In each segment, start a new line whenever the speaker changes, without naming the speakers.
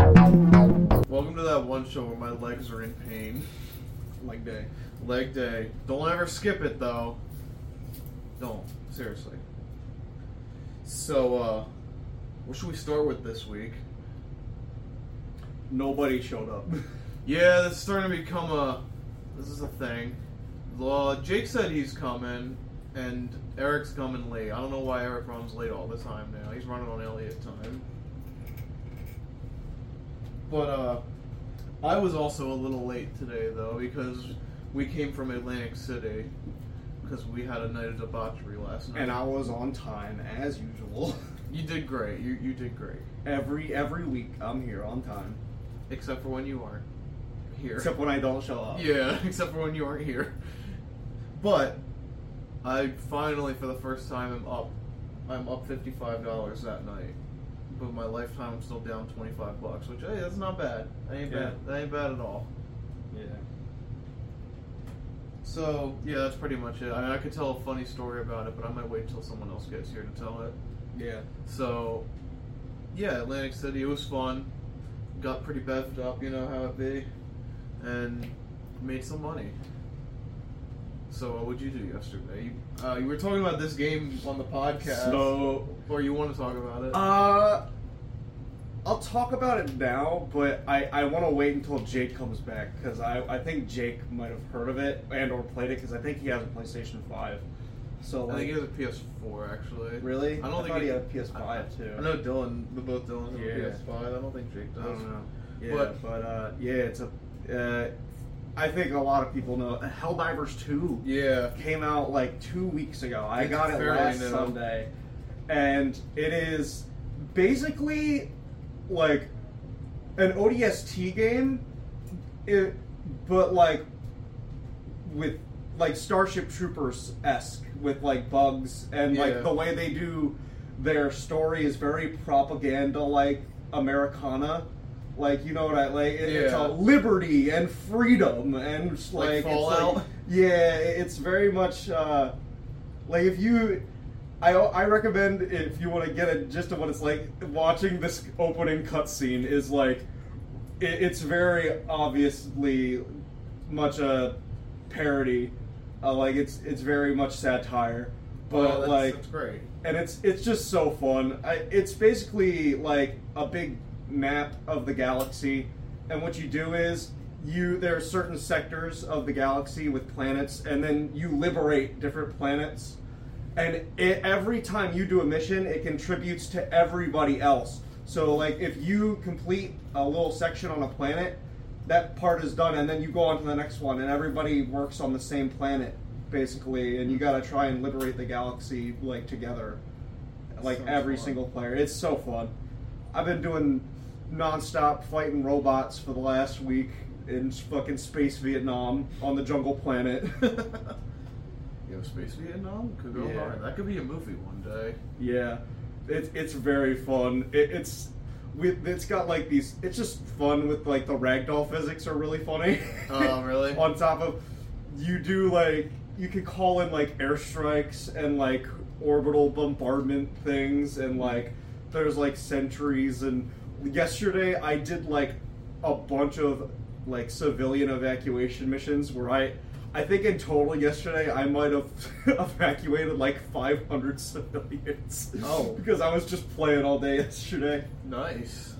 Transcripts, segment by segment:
Welcome to that one show where my legs are in pain. Leg day. Leg day. Don't ever skip it though. Don't. Seriously. So, uh, what should we start with this week?
Nobody showed up.
Yeah, this is starting to become a. This is a thing. Uh, Jake said he's coming, and Eric's coming late. I don't know why Eric runs late all the time now. He's running on Elliot time. But uh, I was also a little late today though because we came from Atlantic City because we had a night of debauchery last night.
and I was on time as usual.
you did great. You you did great,
Every every week I'm here on time.
except for when you aren't here.
Except when I don't show up.
Yeah, except for when you aren't here. But I finally, for the first time, am up. I'm up fifty-five dollars that night. But my lifetime, I'm still down twenty-five bucks, which hey, that's not bad. That ain't
Yeah.
bad. That ain't bad at all.
Yeah.
So yeah, that's pretty much it. I mean, I could tell a funny story about it, but I might wait till someone else gets here to tell it.
Yeah.
So yeah, Atlantic City. It was fun. Got pretty beffed up, you know how it be, and made some money. So what would you do yesterday? You, uh, you were talking about this game on the podcast,
So
or you want to talk about it?
uh I'll talk about it now, but I, I want to wait until Jake comes back because I, I think Jake might have heard of it and or played it because I think he has a PlayStation Five. So
I
like,
think he has a PS4 actually.
really?
I don't
thought
think
he
he-
had a PS5 too.
I know Dylan. But both Dylan have
Yeah.
a PS5. I don't think Jake
I
does.
don't know. Yeah,
But-
but, uh, yeah, it's a. Uh, I think a lot of people know Helldivers Two
Yeah.
came out like two weeks ago. I
It's
got it
fairly
last
new.
Sunday, and it is basically like an ODST game, it, but like with like Starship Troopers esque with like bugs and
Yeah.
like the way they do their story is very propaganda like Americana. Like you know what I like? It, It's
Yeah.
all liberty and freedom and just,
Like
like,
Fallout?
It's like, yeah, it's very much uh, like if you. I, I recommend if you want to get a gist of what it's like watching this opening cutscene is like it, it's very obviously much a parody uh, like it's it's very much satire
Oh,
but
that's,
like
that's great.
and it's it's just so fun. I, it's basically like a big map of the galaxy, and what you do is you there are certain sectors of the galaxy with planets, and then you liberate different planets. And it, every time you do a mission, it contributes to everybody else. So like if you complete a little section on a planet, that part is done, and then you go on to the next one, and everybody works on the same planet basically, and you gotta try and liberate the galaxy like together, like
Sounds
every
fun.
single player. It's so fun. I've been doing nonstop fighting robots for the last week in fucking space Vietnam on the jungle planet.
You have Space Vietnam? Could go
Yeah.
hard. That could be a movie one day.
Yeah, it, it's very fun. It, it's with it's got like these. It's just fun with like the ragdoll physics are really funny.
Oh, really?
On top of you do like you can call in like airstrikes and like orbital bombardment things and like there's like sentries and yesterday I did like a bunch of like civilian evacuation missions where I I think in total yesterday I might have evacuated like 500 civilians.
Oh.
because I was just playing all day yesterday.
Nice.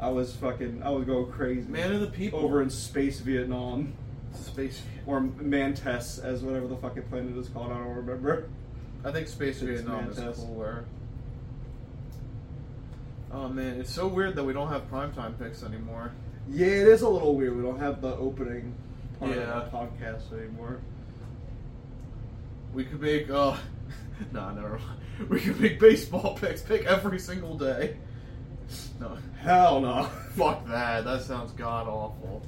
I was fucking I was going crazy.
Man of the people.
over in space Vietnam
Space Vietnam.
or Mantis as whatever the fucking planet is called. I don't remember.
I think Space
It's
Vietnam is
Mantis.
cooler. Oh man, it's so weird that we don't have primetime picks anymore.
Yeah, it is a little weird. We don't have the opening part
Yeah.
of our podcast anymore.
We could make uh nah never mind. We could make baseball picks, pick every single day. No.
Hell no.
Fuck that. That sounds god awful.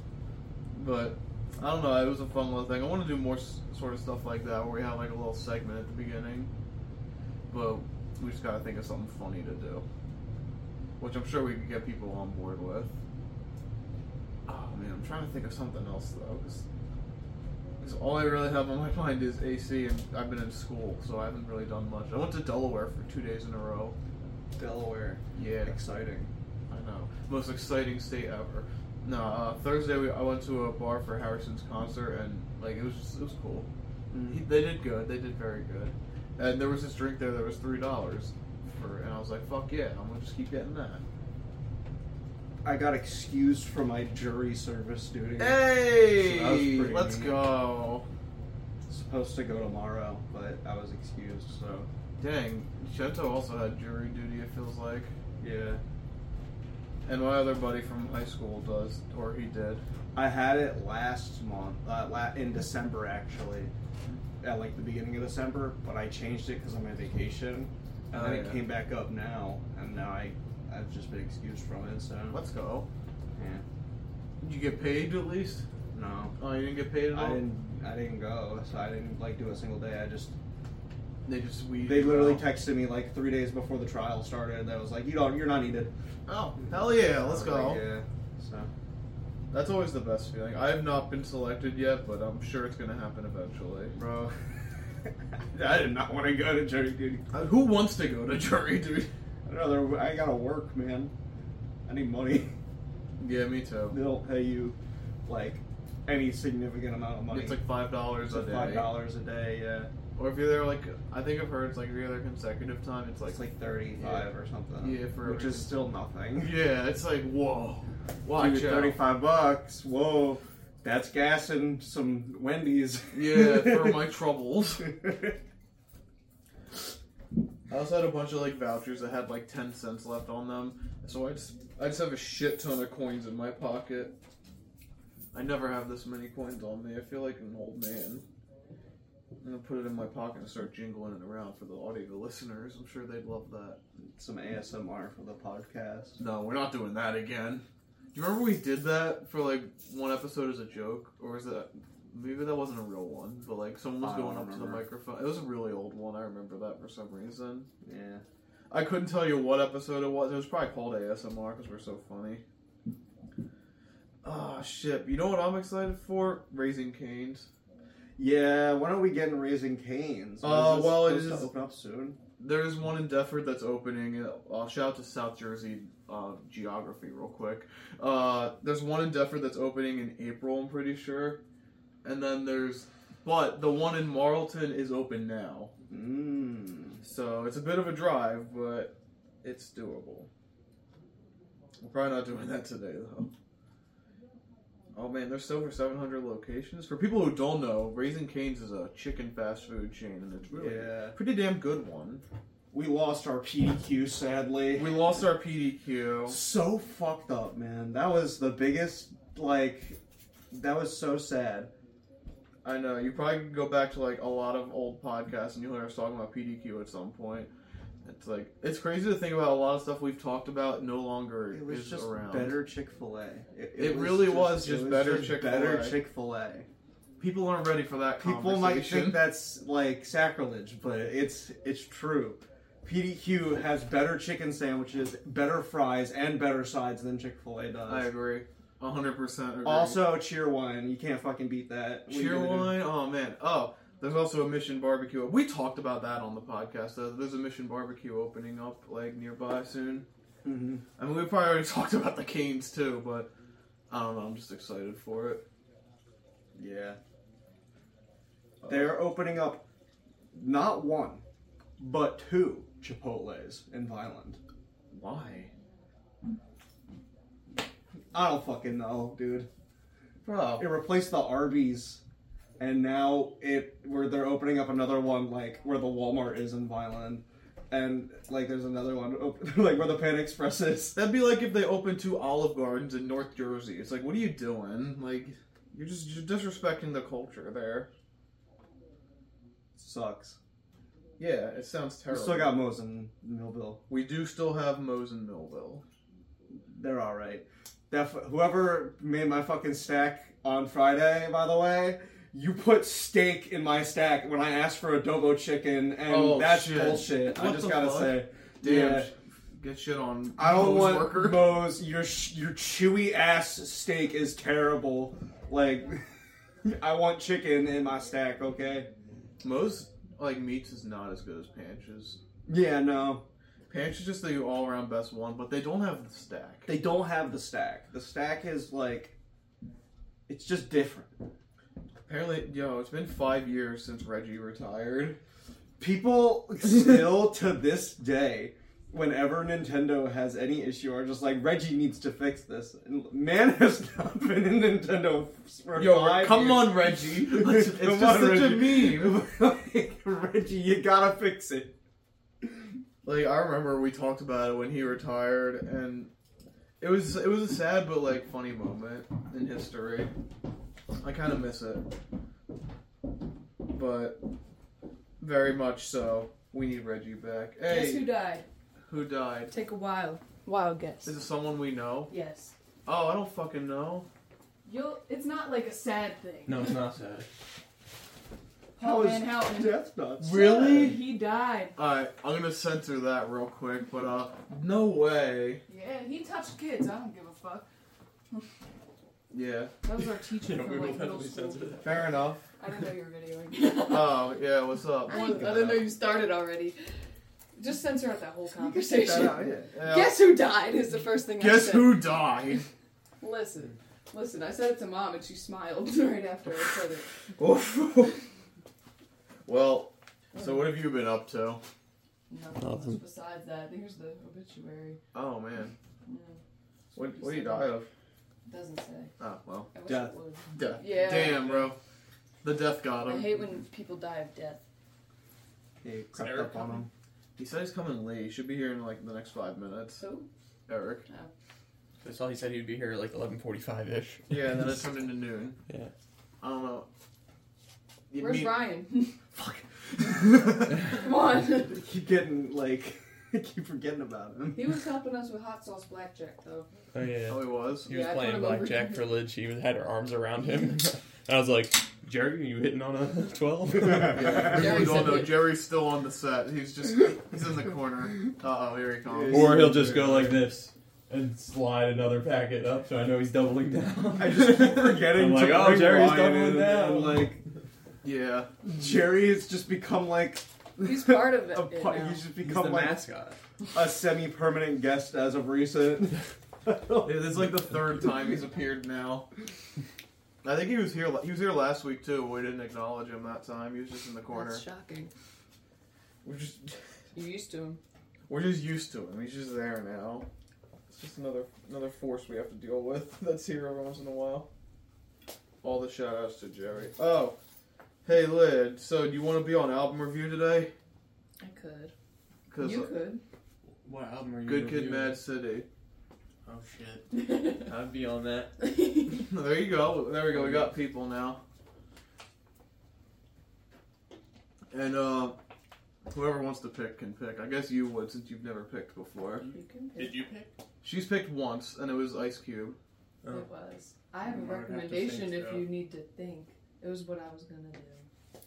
But I don't know, it was a fun little thing. I want to do more s- sort of stuff like that where we have like a little segment at the beginning. But we just got to think of something funny to do. Which I'm sure we could get people on board with. Oh man, I'm trying to think of something else though. 'cause So all I really have on my mind is AC, and I've been in school, so I haven't really done much. I went to Delaware for two days in a row.
Delaware.
Yeah,
Exciting.
I know. Most exciting state ever. No, uh, Thursday we, I went to a bar for Harrison's concert, and like it was just it was cool.
Mm.
He, they did good. They did very good. And there was this drink there that was three dollars for, and I was like, "Fuck yeah, I'm gonna just keep getting that."
I got excused from my jury service duty.
Hey,
So that was pretty
let's
neat.
go.
Supposed to go tomorrow, but I was excused, so
Dang, Shento also had jury duty. It feels like,
yeah.
and my other buddy from high school does, or he did.
I had it last month, uh, la- in December actually, at like the beginning of December. But I changed it because I'm on vacation, and
Oh,
then it
yeah.
came back up now, and now I I've just been excused from it. So
Let's go.
yeah,
Did you get paid at least?
no,
Oh, you didn't get paid at all.
I didn't I didn't go, so I didn't like do a single day. I just
They just we.
they literally texted me like three days before the trial started. That was like you don't you're not needed.
Oh hell yeah, let's
I was
go.
like, yeah, so.
That's always the best feeling. I have not been selected yet, but I'm sure it's gonna happen eventually.
Bro, I did not want to go to jury duty.
Uh, Who wants to go to jury duty?
I don't know, I gotta work, man. I need money.
Yeah, me too.
They don't pay you like any significant amount of money.
It's like five dollars
It's
a
like
day.
five dollars a day. Yeah,
Or if you're there like I think I've heard it's like every other consecutive time it's like
it's like thirty-five or something.
Yeah, for
which
every-
is still nothing.
Yeah, it's like whoa. Watch
Dude,
out.
thirty-five bucks. Whoa, that's gas and some Wendy's.
Yeah, for my troubles. I also had a bunch of like vouchers that had like ten cents left on them. So I just I just have a shit ton of coins in my pocket. I never have this many coins on me. I feel like an old man. I'm gonna put it in my pocket and start jingling it around for the audio listeners. I'm sure they'd love that.
some ASMR for the podcast.
No, we're not doing that again. Do you remember we did that for like one episode as a joke, or is that maybe that wasn't a real one? But like someone was
I don't
going up to the
remember.
microphone. It was a really old one. I remember that for some reason.
Yeah.
I couldn't tell you what episode it was. It was probably called ASMR because we're so funny. Ah, shit. You know what I'm excited for? Raising Canes.
Yeah, when are we getting Raising Canes? When
Uh,
is this
well, it
supposed to
is-
open up soon.
There's one in Defford that's opening. Uh, I'll shout out to South Jersey uh, geography real quick. Uh, there's one in Defford that's opening in April, I'm pretty sure. And then there's, but the one in Marlton is open now.
Mm.
So it's a bit of a drive, but it's doable. We're probably not doing that today, though. Oh man, there's over 700 locations. For people who don't know, Raising Cane's is a chicken fast food chain, and it's really
Yeah.
a pretty damn good one.
We lost our PDQ, sadly.
We lost our PDQ.
so fucked up, man. That was the biggest, like, that was so sad.
I know. You probably could go back to like a lot of old podcasts, and you'll hear us talking about PDQ at some point. It's like it's crazy to think about a lot of stuff we've talked about no longer
It was
is
just
around.
better Chick Fil A. It,
It really was just better Chick-fil-A.
Better Chick Fil A.
People aren't ready for that.
People might think
conversation.
that's like sacrilege, but it's it's true. PDQ has better chicken sandwiches, better fries, and better sides than Chick Fil A does.
I agree. 100% agree.
Also, Cheerwine, you can't fucking beat that. What are you
cheer
gonna do?
wine. Oh, man. Oh, there's also a Mission Barbecue. We talked about that on the podcast. Though. There's a Mission Barbecue opening up, like, nearby soon.
Mhm.
I mean, we probably already talked about the Canes, too, but I don't know. I'm just excited for it.
Yeah. They're opening up not one, but two Chipotle's in Vineland.
Why?
I don't fucking know, dude.
Bro.
It replaced the Arby's, and now it where they're opening up another one like where the Walmart is in Vineland, and like there's another one op- like where the Pan Express is.
That'd be like if they opened two Olive Gardens in North Jersey. It's like, what are you doing? Like, you're just you're disrespecting the culture there.
Sucks.
Yeah, it sounds
We
terrible.
still got Moe's in Millville.
we do still have Moe's in Millville.
They're all right. That whoever made my fucking stack on Friday, by the way, you put steak in my stack when I asked for adobo chicken, and
Oh,
that's
shit.
bullshit. I
What
just
the
gotta
fuck?
say,
Damn,
Yeah.
sh- get shit on.
I don't
Moe's
want
worker.
Moe's. Your sh- your chewy ass steak is terrible. Like, I want chicken in my stack, okay?
Most like meats is not as good as Panch's.
Yeah, no.
Panch's just the all around best one, but they don't have the stack.
They don't have the stack. The stack is like it's just different.
Apparently, yo, it's been five years since Reggie retired.
People still to this day, whenever Nintendo has any issue, are just like Reggie needs to fix this. And Man has not been in Nintendo for
Yo,
five
come
years.
on, Reggie. It's, it's
Come
just
on,
such
Reggie.
a meme.
Like, Reggie, you gotta fix it.
Like I remember we talked about it when he retired, and it was it was a sad but like funny moment in history. I kind of miss it, but very much so. We need Reggie back.
Guess
Hey,
who died?
who died?
Take a while.
Wild guess.
Is it someone we know?
Yes.
Oh, I don't fucking know.
You'll. It's not like a sad thing.
No, it's not sad.
How
Paul Van
is
Houten.
Death nuts.
Really?
He died.
All right, I'm gonna censor that real quick, but uh, no way.
Yeah, he touched kids. I don't give a fuck.
Yeah,
That was our teacher
Yeah,
for
we will
like middle
definitely
school.
censor that.
fair enough.
I didn't know you were videoing.
Oh yeah, what's up?
I didn't know you started already. Just censor out that whole
Shout
conversation.
out, yeah. Yeah.
Guess who died is the first thing I
Guess
said.
who died?
Listen, listen. I said it to mom and she smiled right after I said it.
Oof. well, so what have you been up to?
Nothing
Nothing.
else besides that. Here's the obituary.
Oh man,
Yeah,
what what do you die of?
doesn't say.
Oh well,
I wish
Death.
it would.
death.
Yeah.
Damn, bro, the death got
I
him.
hate when people die of death.
He crept
Eric
up on him.
He said he's coming late. He should be here in like the next five minutes.
So
Eric.
That's all he said. He'd be here at like 11:45 ish.
Yeah, and then it turned into noon.
Yeah.
I don't know. You
where's
mean-
Ryan?
Fuck. Oh,
Come on.
I keep getting like I keep forgetting about him.
He was helping us with hot sauce blackjack though.
Oh yeah.
oh, he was.
He
Yeah, I
was
thought
playing
about
blackjack
reading
for Lid. She had her arms around him, and I was like, "Jerry, are you hitting on a 12?
Yeah,
Jerry
we all
said
know
he-
Jerry's still on the set. He's just he's in the corner. Uh oh, here he comes.
or he'll just go like this and slide another packet up, so I know he's doubling down.
I just keep forgetting
I'm like,
to
"Oh,
bring
Jerry's
Ryan
doubling
in,"
down.
and, like
Yeah.
Jerry has just become like
He's part of it
a pa-
now.
He's just
He's
become
the
like
mascot.
a semi-permanent guest as of recent.
Yeah, this is like the third time he's appeared now. I think he was here. He was here last week too. We didn't acknowledge him that time. He was just in the corner.
That's shocking.
We're just
You used to him.
we're just used to him. He's just there now. It's just another another force we have to deal with. That's here every once in a while. All the shout outs to Jerry. Oh, hey Lid. So do you want to be on album review today?
I could.
Because
you could.
What album are you?
Good Kid,
reviewing?
Mad City.
Oh shit! I'd be on that.
There you go. There we go. We got people now. And uh, whoever wants to pick can pick. I guess you would since you've never picked before.
You can pick.
Did you pick?
She's picked once, and it was Ice Cube.
Oh.
It was. I have a
You might have to
recommendation
think,
if
though.
you need to think. It was what I was gonna do.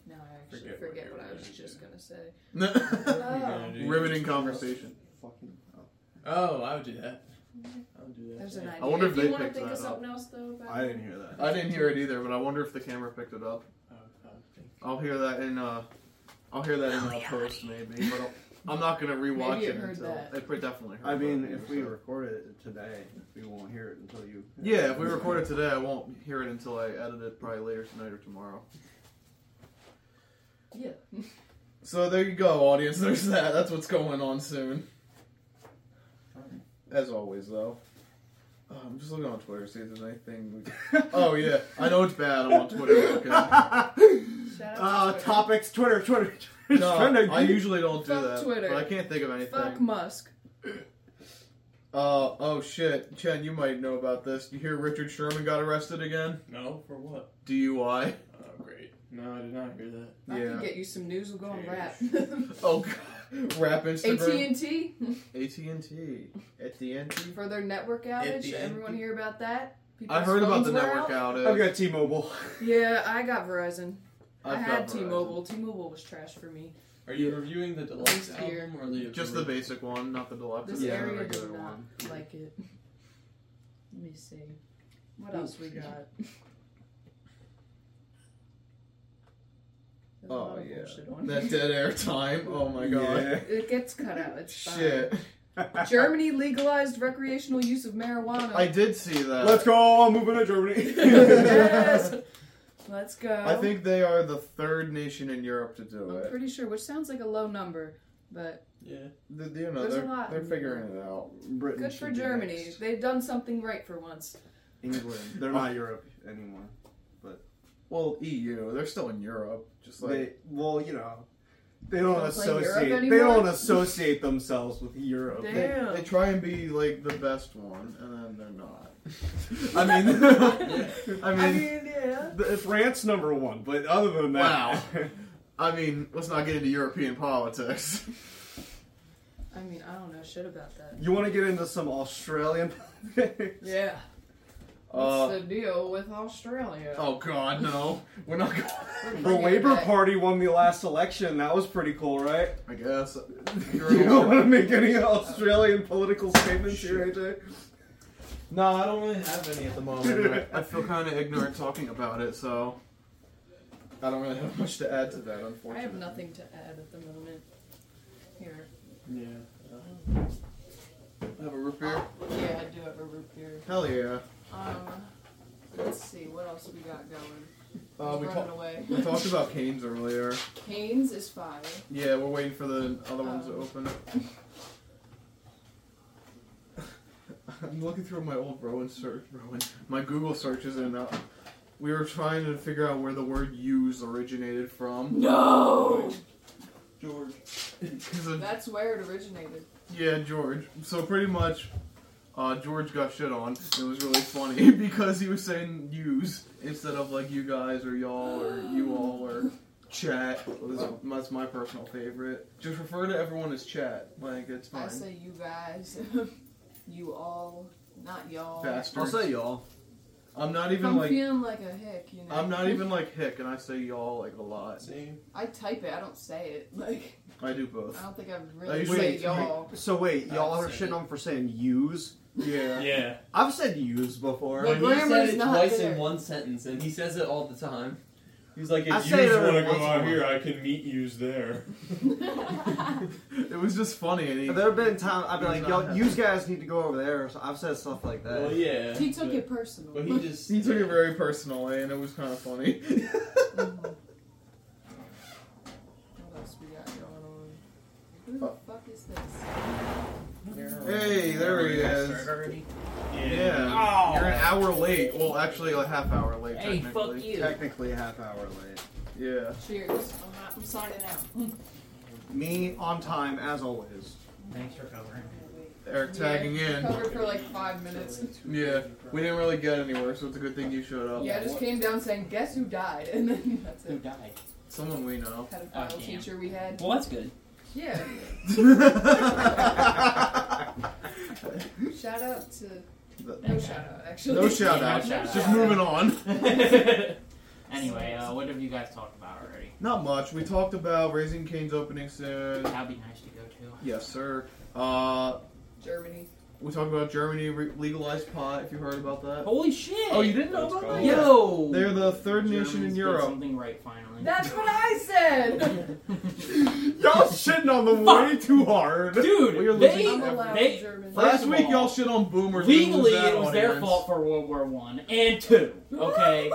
Now I actually
Forget
forget,
what you
what,
were
I was
gonna
just
do.
gonna say.
gonna
Oh,
do-
Riveting conversation.
Fucking hell.
Oh, I would do that. I would do that.
Mm-hmm. there's an idea.
wonder if
you
they
wanna
picked
think of
that up.
something else though about
I didn't hear that.
I didn't hear it either, but I wonder if the camera picked it up.
Oh, God.
I'll hear that in uh, I'll hear that in a post maybe, but I'll, I'm not gonna rewatch
Oh, Maybe it
it,
heard
until
that.
it definitely. Heard
I mean,
both of
if
you,
we
so.
recorded it today, we won't hear it until you.
Yeah, if we record it today, I won't hear it until I edit it probably later tonight or tomorrow.
Yeah.
So there you go, audience. There's that. That's what's going on soon. As always, though. Oh, I'm just looking on Twitter to see if there's anything. We... oh yeah, I know it's bad. I'm on Twitter. Okay.
Shout out
Uh,
to Twitter.
topics, Twitter, Twitter, Twitter. Just trying
No,
to-
I usually don't do
Fuck
that,
Twitter.
but I can't think of anything.
Fuck Musk.
Uh, oh shit, Chen, you might know about this. You hear Richard Sherman got arrested again?
No, for what?
DUI.
Oh, great. No, I did not hear that.
I
Yeah.
can get you some news. We'll go on rap.
Oh, God. rap
AT
Instagram.
and T
AT and T. At the end.
for their network
At
outage.
the
Everyone
end.
hear about that? People's
I heard about
phones
the
were
network
out.
outage.
I've got T-Mobile.
Oh
Yeah, I got Verizon. i
I've got
had
Verizon.
T-Mobile. T-Mobile was trash for me.
Are you reviewing the deluxe
Least here.
album or the
Just the basic one, not the deluxe.
This
it's the
area
regular
did not
one.
like it. Let me see. What
Ooh,
Oh,
else we
excuse
got? There's a lot
Oh,
of
yeah.
bullshit on
That
here.
dead air time. Oh my god.
It gets cut out. It's fine.
Shit.
Yeah.
Germany legalized recreational use of marijuana.
I did see that.
Let's go. I'm moving to Germany.
yes. Let's go.
I think they are the third nation in Europe to do
I'm
it.
pretty sure, which sounds like a low number, but
Yeah.
Th- You know,
There's a
they're,
lot.
they're figuring it out.
Britain
good
should
for
be
Germany.
next.
They've done something right for once.
England. They're
They're
not.
not Europe anymore.
Well, EU. They're still in Europe. Just like.
they, well, you know, they don't
Don't play Europe
associate. They
anymore?
don't associate themselves with Europe.
They,
Damn.
they try and be like the best one, and then they're not.
I mean, I mean,
yeah.
the- France number one, but other than that,
I mean, let's not get into European politics.
I mean, I don't know shit about that.
you want to get into some Australian politics?
Yeah.
Uh,
What's the deal with Australia?
oh God, no. We're not. Going-
The
Look at
Labour
that.
Party won the last election. That was pretty cool, right?
I guess.
You don't want to make any Australian political statements here, AJ.
No, I don't really have any at the moment.
I, I feel kind of ignorant talking about it, so I don't really have much to add to that,
I
unfortunately.
have nothing to add at the moment. Here.
yeah.
Have a root beer?
Yeah, I do have a root beer.
Hell yeah.
Um, let's see what else we got going.
Uh, we,
Running
ta-
away.
we talked about canes earlier.
Canes is fire.
Yeah, we're waiting for the other ones to
Um.
open. I'm looking through my old Rowan search, Rowan, my Google searches, and uh, we were trying to figure out where the word "use" originated from.
No.
George.
'Cause of-
That's where it originated.
Yeah, George. So pretty much, uh, George got shit on. and It was really funny because he was saying "use" instead of like "you guys" or "y'all" or "you all" or "chat." Was, that's my personal favorite. Just refer to everyone as "chat." Like it's
I
fine.
say you guys, you all, not y'all.
Bastard.
I'll say y'all.
I'm not
If
even
I'm
like
feeling like a hick, you know.
I'm not even like hick, and I say y'all like a lot.
See?
I type it. I don't say it. Like
I do
I
both.
don't think I've
I
really
usually-
say y'all.
So wait, y'all are
I'd say-
shitting on for saying use.
Yeah.
Yeah.
I've said use before.
Like-
When he said
grammar's
it
not
twice
there.
in one sentence, and he says it all the time. He's like, if
I
you
say it
just want to
once
go
a
out
month.
here, I can meet yous there.
It was just funny, and he,
there have been times I've been
He's
like,
not
yo,
happy.
use guys need to go over there. So I've said stuff like that.
Well, yeah.
he took
but,
it personal.
But he just.
he took it very personally, and it was kind of funny.
What else we got going on? Who
Uh,
the fuck is this?
hey, there he is.
Yeah.
Yeah. You're an hour late. Well, actually, a half hour late.
Hey,
technically.
fuck you.
Technically a half hour late.
Yeah.
Cheers. I'm, not, I'm signing out.
Me on time as always.
Thanks for covering.
Eric tagging
yeah,
in.
Covered for like five minutes.
Yeah. We didn't really get anywhere, so it's a good thing you showed up.
Yeah, I just came down saying, guess who died? And then that's
Who
it.
died?
Someone we know.
Oh,
Pedophile
damn.
teacher we had.
Well, that's good.
Yeah. Shout out to. No shout out, actually.
no shout out.
No shout out.
Just moving on.
anyway, uh, what have you guys talked about already?
Not much. We talked about Raising Cane's opening soon.
That'd be nice to go to.
Yes, sir. Uh,
Germany.
we talked about Germany re- legalized pot. If you heard about that,
Holy shit!
didn't
know about that?
Yo!
they're the third nation in
Germans did
Europe.
Something right finally.
That's what I said!
Y'all shitting on them way too hard.
Dude,
We are
they,
losing-
I'm allowed
they-
in Germany.
First
Last
of
week,
all,
y'all shit on boomers. We lose
legally
that
it was their
audience.
fault for World War One and Two. Okay,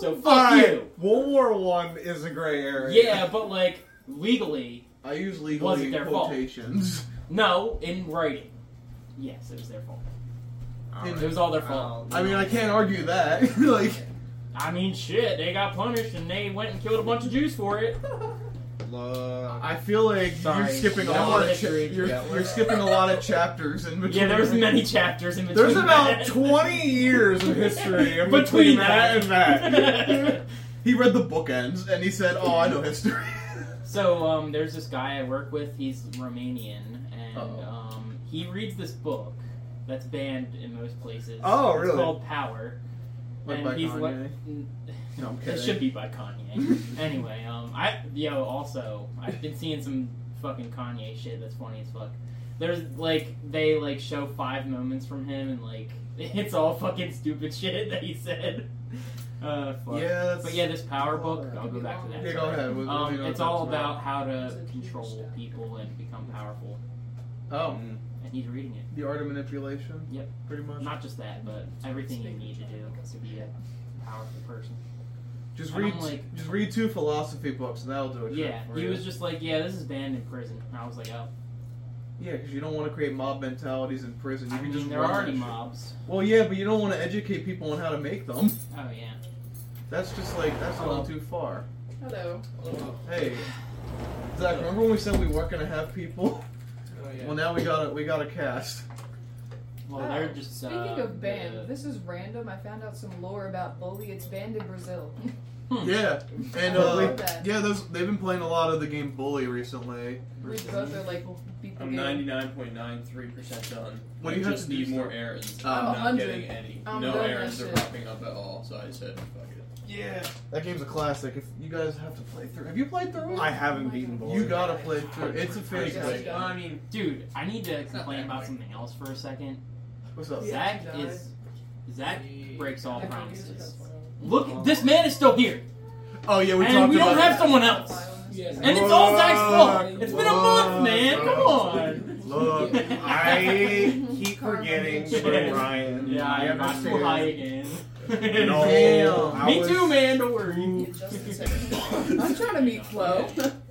so fuck
Alright,
you.
World War One is a gray area.
Yeah, but like legally,
I use legally
Wasn't
in
their fault.
quotations.
no, in writing. Yes, it was their fault.
Alright.
It was all their fault.
I mean, I can't argue that. like,
I mean, shit, they got punished and they went and killed a bunch of Jews for it.
I feel like you're
Sorry.
skipping a
Yeah,
lot
we're
of cha-
history.
you're,
Yeah, we're-
you're skipping a lot of chapters in between.
Yeah, there's many chapters in between.
There's about
that.
20 years of history in between,
Between
that, and that.
He read the bookends and he said, "Oh, I know history."
so um, there's this guy I work with. He's Romanian, and
Uh-oh.
um, he reads this book that's banned in most places.
Oh,
It's
really?
called Power.
Like
and
by
he's le-
Kanye?
n-
no, I'm kidding.
it should be by Kanye. anyway, um, I yo also I've been seeing some fucking Kanye shit that's funny as fuck. There's like they like show five moments from him and like it's all fucking stupid shit that he said. Uh, fuck.
Yeah, that's.
But yeah, this power book, I'll go back to that.
Yeah, go
sorry.
ahead. What- what do
Um,
you know
it's
that
all
talks
about how to control people and become powerful.
Oh,
Mm.
And he's reading it.
the art of manipulation.
Yep.
Pretty much.
Not just that, but everything you need to do to be a powerful person.
Just
And
read,
I'm like-
just read two philosophy books, and that'll do it.
Yeah,
for
he
you.
was just like, yeah, this is banned in prison. And I was like, oh,
Yeah, because you don't want to create mob mentalities in prison. You
I
can
mean,
just
there
run
are
that
already
shit.
mobs.
Well, yeah, but you don't want to educate people on how to make them.
Oh yeah.
That's just like that's a little too far.
Hello.
Oh.
Hey, Zach, remember when we said we weren't gonna have people? Well, now we got a we got a cast.
Well,
Oh,
they're just
Speaking
uh,
of banned,
the-
this is random. I found out some lore about bully. It's banned in Brazil.
Hmm.
Yeah, and
I love
uh,
that.
yeah, those they've been playing a lot of the game Bully recently.
We both are like people.
I'm 99.93% done.
What
I
do you have
just
to do
need
still?
more errands.
Oh,
I'm not
100.
getting any.
I'm
no
done that
errands are
shit.
popping up at all, so I said, fuck it.
Yeah, that game's a classic. If you guys have to play through, have you played through it?
I haven't beaten
Oh
Bully.
You gotta play through. it. It's a
Pretty
fantastic.
quick.
Yeah.
I mean,
Dude, I need to
It's not that
complain about
big.
something else for a second.
What's up?
Yeah.
Zach
die.
is Zach breaks all promises.
Oh.
Look, this man is still here,
Oh yeah, we
and
talked
we
about
don't have
it.
someone else.
Yes.
And it's all Zach's fault.
Fuck.
It's been a month,
Fuck.
man. Come on.
Look,
I keep forgetting
Shit.
Jim Ryan.
Yeah,
I
I got too high
understand.
again.
No,
Damn.
I
Me
was-
too, man. Don't worry.
I'm trying to meet Flo.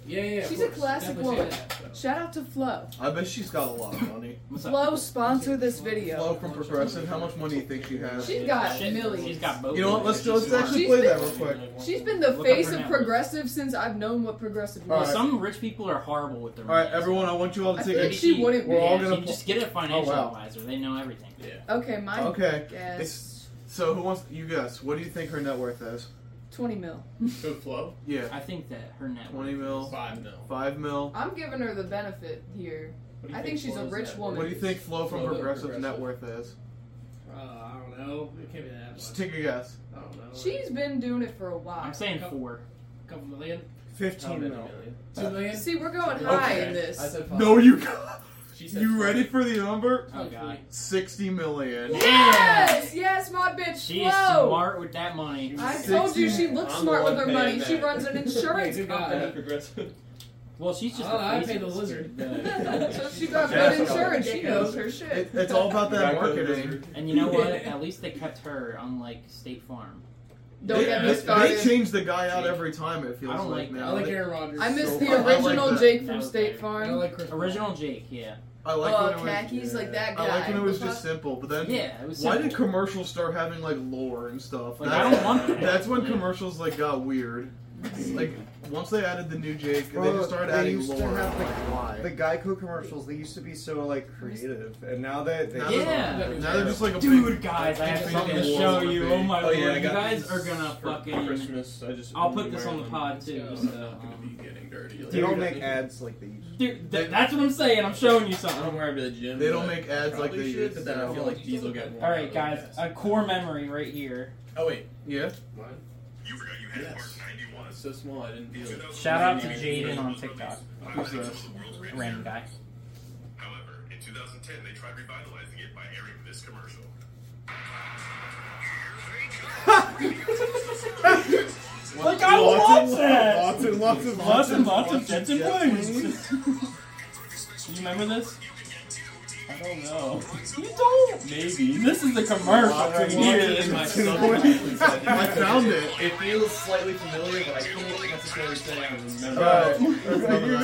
Yeah, yeah.
She's a classic woman. Shout out to Flo.
I bet she's got a lot of money.
What's up?
Flo, sponsor this video.
Flo from Progressive, how much money do you think she has?
She's got
Shit,
millions.
She's got both.
You know what? Let's
She's
let's actually
smart.
play that real quick.
She's been the
Look up
face
her
of
network.
progressive since I've known what progressive
All
Well,
right.
was.
Some rich people are horrible with their.
All right,
money.
everyone, I want you all to
I
take
feel
a
like she wouldn't be.
We're all
Yeah,
gonna
you
pull-
just get a financial
Oh, wow.
advisor. They know everything.
Yeah.
Okay, my
Okay,
guess
It's- so who wants you guess? What do you think her net worth is?
twenty mil.
Good flow?
Yeah,
I think that her net. worth
20 mil,
Five mil.
five mil.
I'm giving her the benefit here.
What do you
I think she's a
Flo's
rich
net
woman.
worth
What do you
is?
think Flo from
Flo the
Progressive net
Progressive.
worth is?
Uh, I don't know. It can't be that
Just
much.
take a guess.
I don't know.
She's been doing it for a
I'm
while.
saying four.
a couple million.
How
15
many
mil.
million?
Two million.
See, we're going high
Okay.
in
I
this.
said five.
No, you got.
She said
You
five.
ready for the number?
Oh god.
Sixty million.
Yes, yes, my bitch.
She is
Flo.
smart with that money.
I told you she
Sixteen.
looks
I'm
smart
the
with her
one
money.
paying
She
that.
runs an insurance
Good God.
company.
Progressive.
Well, she's just.
Oh,
the
I
face
paid
of
the lizard.
the-
So she got
Yeah.
good insurance. She knows her
It,
shit.
it's all about that
Back to the
marketing.
wizard.
And you know what? At least they kept her on like State Farm.
Don't
they,
get
they-
me
they
started.
change the guy out every time. It feels
I don't
like
like that.
I
now.
like
They-
Aaron Rodgers.
I miss
So
the
fun. I like
original
that.
Jake
That
from
was
State
better.
I
Farm.
don't like Chris. Paul.
Original Jake, yeah,
I like when it
oh,
was-
khakis like that guy.
I like when it was
The
just
fuck?
simple, but then
yeah. It was.
why
simple.
did commercials start having like lore and stuff?
Like,
That's-
I don't want that.
That's when
Yeah.
commercials like got weird. Like once they added the new Jake, they
Bro,
just started
they
adding
used to
lore.
have,
I'm like,
The
why?
Geico commercials, they used to be so like creative, and now they, they
Now
Yeah.
they're- Now they're just like a
Dude,
big-
guys, I have
Big
something to
lore
show
wanna
you.
be.
Oh my
Oh
lord,
yeah, I
you
got
guys
these
are gonna
for
fucking.
Christmas. I just
I'll
I'm
put this
wearing
on the
them.
pod too.
Yeah.
uh, I'm
so,
not gonna be
um,
getting dirty.
They don't
Dude,
make ads like they used. to.
Dude, th- that's what I'm saying. I'm showing you
I
something.
don't wear it to the gym.
They don't
but
make ads like
probably
they
should,
used
But then
to.
I feel like these will get worn
All right,
out
guys, uh,
really
a
fast.
core memory right here.
Oh wait.
Yeah.
You forgot you had
Yes.
part
It's so small. I didn't feel it.
91.
Shout out to Jaden on TikTok,
Who's this?
random guy.
However, in 2010, they tried revitalizing it by airing this commercial.
Like I watch that.
Lots and lots of
Lots and lots of jets and wings. you remember this? I don't know. You don't. Maybe this is the commercial right
in my
here.
I found it.
It feels slightly familiar, but I can't necessarily say I remember.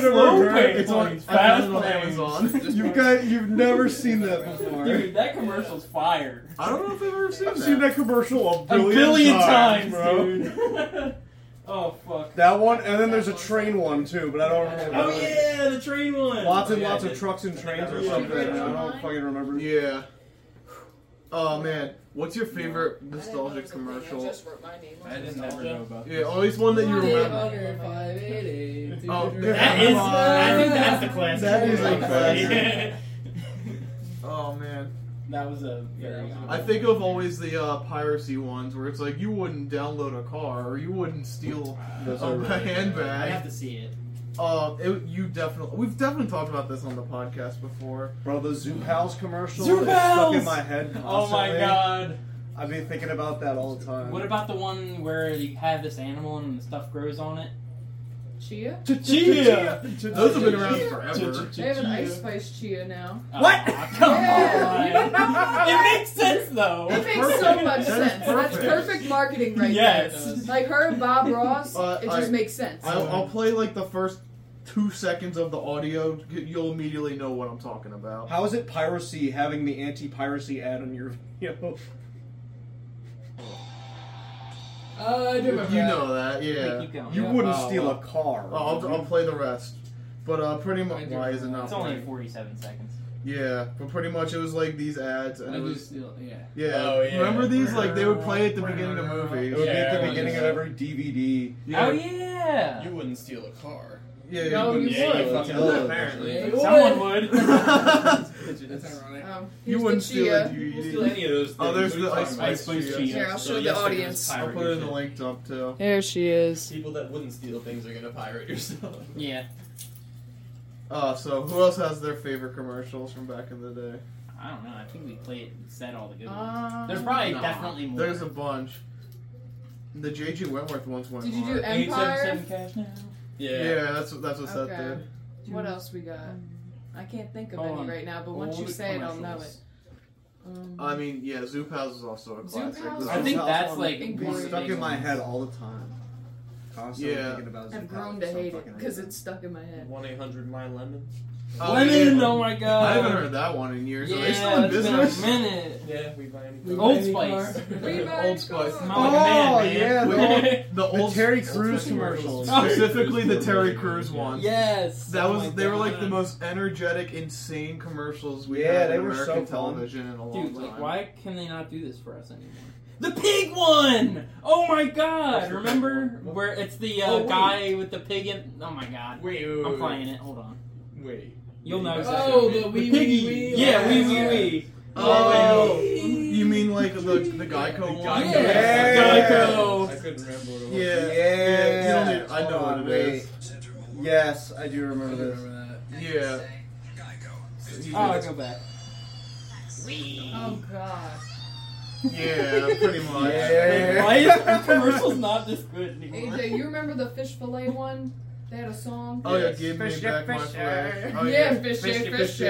Alright.
Slow plane
It's on,
planes,
I found it
fast
on
planes.
Amazon.
You guys, you've never seen that before.
Dude, that commercial's fire.
I don't know if I've ever seen
I've
that.
seen that commercial a billion,
a billion
times,
times,
bro.
dude. oh fuck.
That one, and then there's a train one too, but I don't remember.
Oh
that one.
yeah, the train one.
Lots and
Yeah, I
lots of
did.
trucks and trains or
Yeah.
something. I don't fucking remember.
Yeah. Oh man, what's your favorite nostalgic commercial?
I didn't
Never know about
Yeah, always one that you remember. Oh,
That is. I think that's the classic.
That is
a
classic. Oh man,
that was a very.
I think of always the uh, piracy ones where it's like you wouldn't download a car or you wouldn't steal
Those
a
are really good.
I have
handbag.
to see it.
Uh, it, you definitely, we've definitely talked about this on the podcast before.
Bro, the Zoo Pals commercial
Zoo
is stuck
Pals!
in my head.
Oh my
constantly.
god.
I've been thinking about that all the time.
What about the one where you have this animal and the stuff grows on it?
Chia?
Chia.
Those have been around forever.
They have an ice spice chia now.
What?
Uh, come on.
Yeah.
it makes sense though.
It makes so
perfect.
much
That is
sense. That's
perfect.
perfect marketing right
Yes.
there. Like her and Bob Ross,
Uh,
it just
I-
makes sense.
I'll, I'll play like the first two seconds of the audio. y- You'll immediately know what I'm talking about.
How is it piracy having the anti-piracy ad on your video?
Uh, I do
You
remember that.
know that, yeah.
Like, you go.
You
Yeah.
wouldn't
Oh,
steal
well.
a car.
Oh, I'll, I'll play the rest. But uh, pretty
I
much,
do
why is it
remember
not?
It's only
playing?
47 seconds.
Yeah, but pretty much it was like these ads,
I
and it
do
was
still, yeah.
yeah.
Oh, yeah.
Remember these? Like they would play at the beginning of movies.
it would be at the
Yeah,
beginning of
yeah.
every DVD.
Oh
Yeah,
yeah.
You wouldn't steal a car.
yeah.
No,
you
you
wouldn't-
Yeah,
would.
you
fucking
would,
would.
apparently.
Yeah, you
Someone
would.
would.
That's ironic.
Um,
You
here's the
wouldn't steal
chia.
it, you-
Wouldn't steal any of those things.
Oh, there's
What are you
the
talking
ice
about?
ice
Ice
cheese.
cheese.
Here, I'll show
So
the
yes, they're gonna
audience.
pirate
I'll put it
your
in the
shit.
link dump too.
There she is.
People that wouldn't steal things are gonna pirate your stuff.
yeah.
Uh, so who else has their favorite commercials from back in the day?
I don't know. I think we played said all the good ones.
Um,
There's probably
Nah.
definitely more.
There's a bunch. The J.G. Wentworth ones went
Did you do
hard.
Empire?
877 cash now.
Yeah.
Yeah.
that's what that's what that
Okay.
did.
What else we got? I can't think of
Hold
any
on.
right now, but once
All
you
the
say it, I'll know it.
commercials.
Um,
I mean, yeah, Zoop House is also a
Zoop
classic.
House?
This
I
is-
think
Zoop
that's
House
like
It's
on
one of the
Boring.
stuck
big
in my
ones.
head all the time. Constantly
Yeah.
thinking about
I've
Zootopia
grown
for
to
some
hate it
fucking
because
reason.
it's stuck in my head.
One eight hundred my lemon.
Oh,
Lemon,
yeah.
oh my
I haven't
god.
heard that one in years.
Yeah,
Are they still in
it's been
business?
a minute.
Yeah, we buy any.
We
Old
buy any
Spice.
car.
We
Old
might
Spice.
go.
I'm
Oh,
like a man,
yeah,
man.
the The
The
old
Terry
old
Crews
Spice commercials.
commercials. Oh,
specifically the Terry
Yeah.
Crews one.
yes.
That
Oh
was
my
they were like the
God.
most energetic, insane commercials we
Yeah,
had
they
in
were so
American
fun.
television in a long
Dude,
time.
like, why can they not do this for us anymore? The pig one! Oh my god!
What's the
Remember
pig one?
where it's the uh,
Oh, wait.
guy with the pig in. Oh my god.
Wait, wait, wait.
I'm playing it. Hold on.
Wait.
You'll know exactly.
Oh, the wee wee
piggy.
wee.
yeah, wee wee
Yeah.
wee.
Oh, you mean like the the Geico
The
one?
Geico.
Yeah. Geico.
I couldn't remember what it was.
Yeah.
Yeah.
Yeah, you don't need- I
Hold
know
on,
what it
wait.
is.
Yes, I do
I
remember
do
this.
remember that.
Yeah.
Oh, I go back.
Oh god.
Yeah, pretty much.
Yeah.
Why is the commercials not this good anymore?
AJ, you remember the fish fillet one? They had a song.
Oh yeah,
Yes.
give me
Fisher,
back my
Fisher.
flesh. Oh,
yeah, fishy, fishy,
Has
fishy.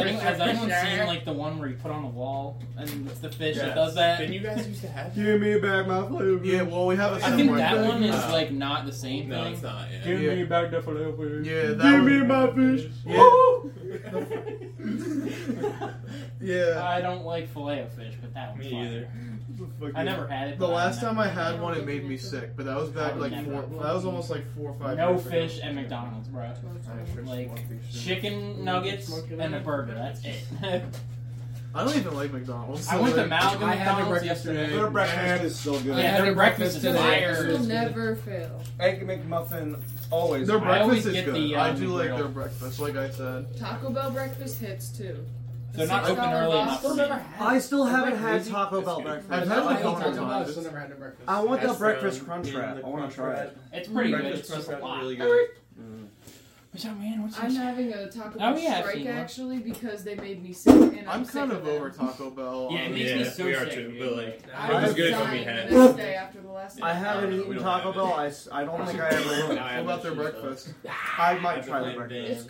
any- has anyone seen like the one where you put on a wall and it's the fish that
Yes.
does that?
Didn't you guys used to have that?
Give me back my flavor.
Yeah, well we have a
I
similar
think that
thing.
one is
Uh,
like not the same
No,
thing.
it's not. Yeah.
Give me
back the filet.
Yeah, that
Give
one.
me my fish.
Yeah. Yeah.
I don't like filet of fish, but that one's
Me
fine.
either.
I never had it.
The
but
last
I
time I had one, it made me sick, but that was back like four. That was almost like four or five.
remember. no
years ago.
fish at McDonald's, bro. Like
Shit.
chicken nuggets and a burger. That's it.
I don't even like McDonald's.
I went to Malibu
I had
McDonald's
breakfast
yesterday.
today.
Their breakfast is so good.
Yeah,
I had
their
a
breakfast
breakfast
is
today.
fire.
This will never fail.
Egg McMuffin always.
Their
I always
breakfast is
get
good.
the,
I
um,
do like
grill.
their breakfast, like I said.
Taco Bell breakfast hits too. The
They're not
$6
open early enough for
Boston-
me.
I still haven't
like
had
Rizzy.
Taco Bell
It's good.
breakfast.
I've
I
had
don't
one
like
couple
Taco Bell,
times.
I've never had a breakfast.
I want that
Best
breakfast
friend
crunch
in
wrap.
the
I want
crunch
to try
wrap.
it.
It's pretty good.
Breakfast
It's just a
crunch
lot.
wrap is really good.
What's up, man? What's
I'm
your-
having a Taco
Oh,
Bell
yeah, I've
strike
seen one.
actually because they made me sick. And I'm,
I'm
sick
kind of
them.
over Taco Bell.
Yeah, it
honestly.
makes me so
we are
sick,
too,
dude.
but like,
I
it was
I'm
good
dying
when we had
the
it.
next day after the last.
I haven't
Yeah, we
eaten
don't
Taco
have it.
Bell. I, s- I don't think I ever will.
I
What about
have no
their
cheese, though.
breakfast?
I might
I've
try the
been
breakfast.
playing
It's
Vans.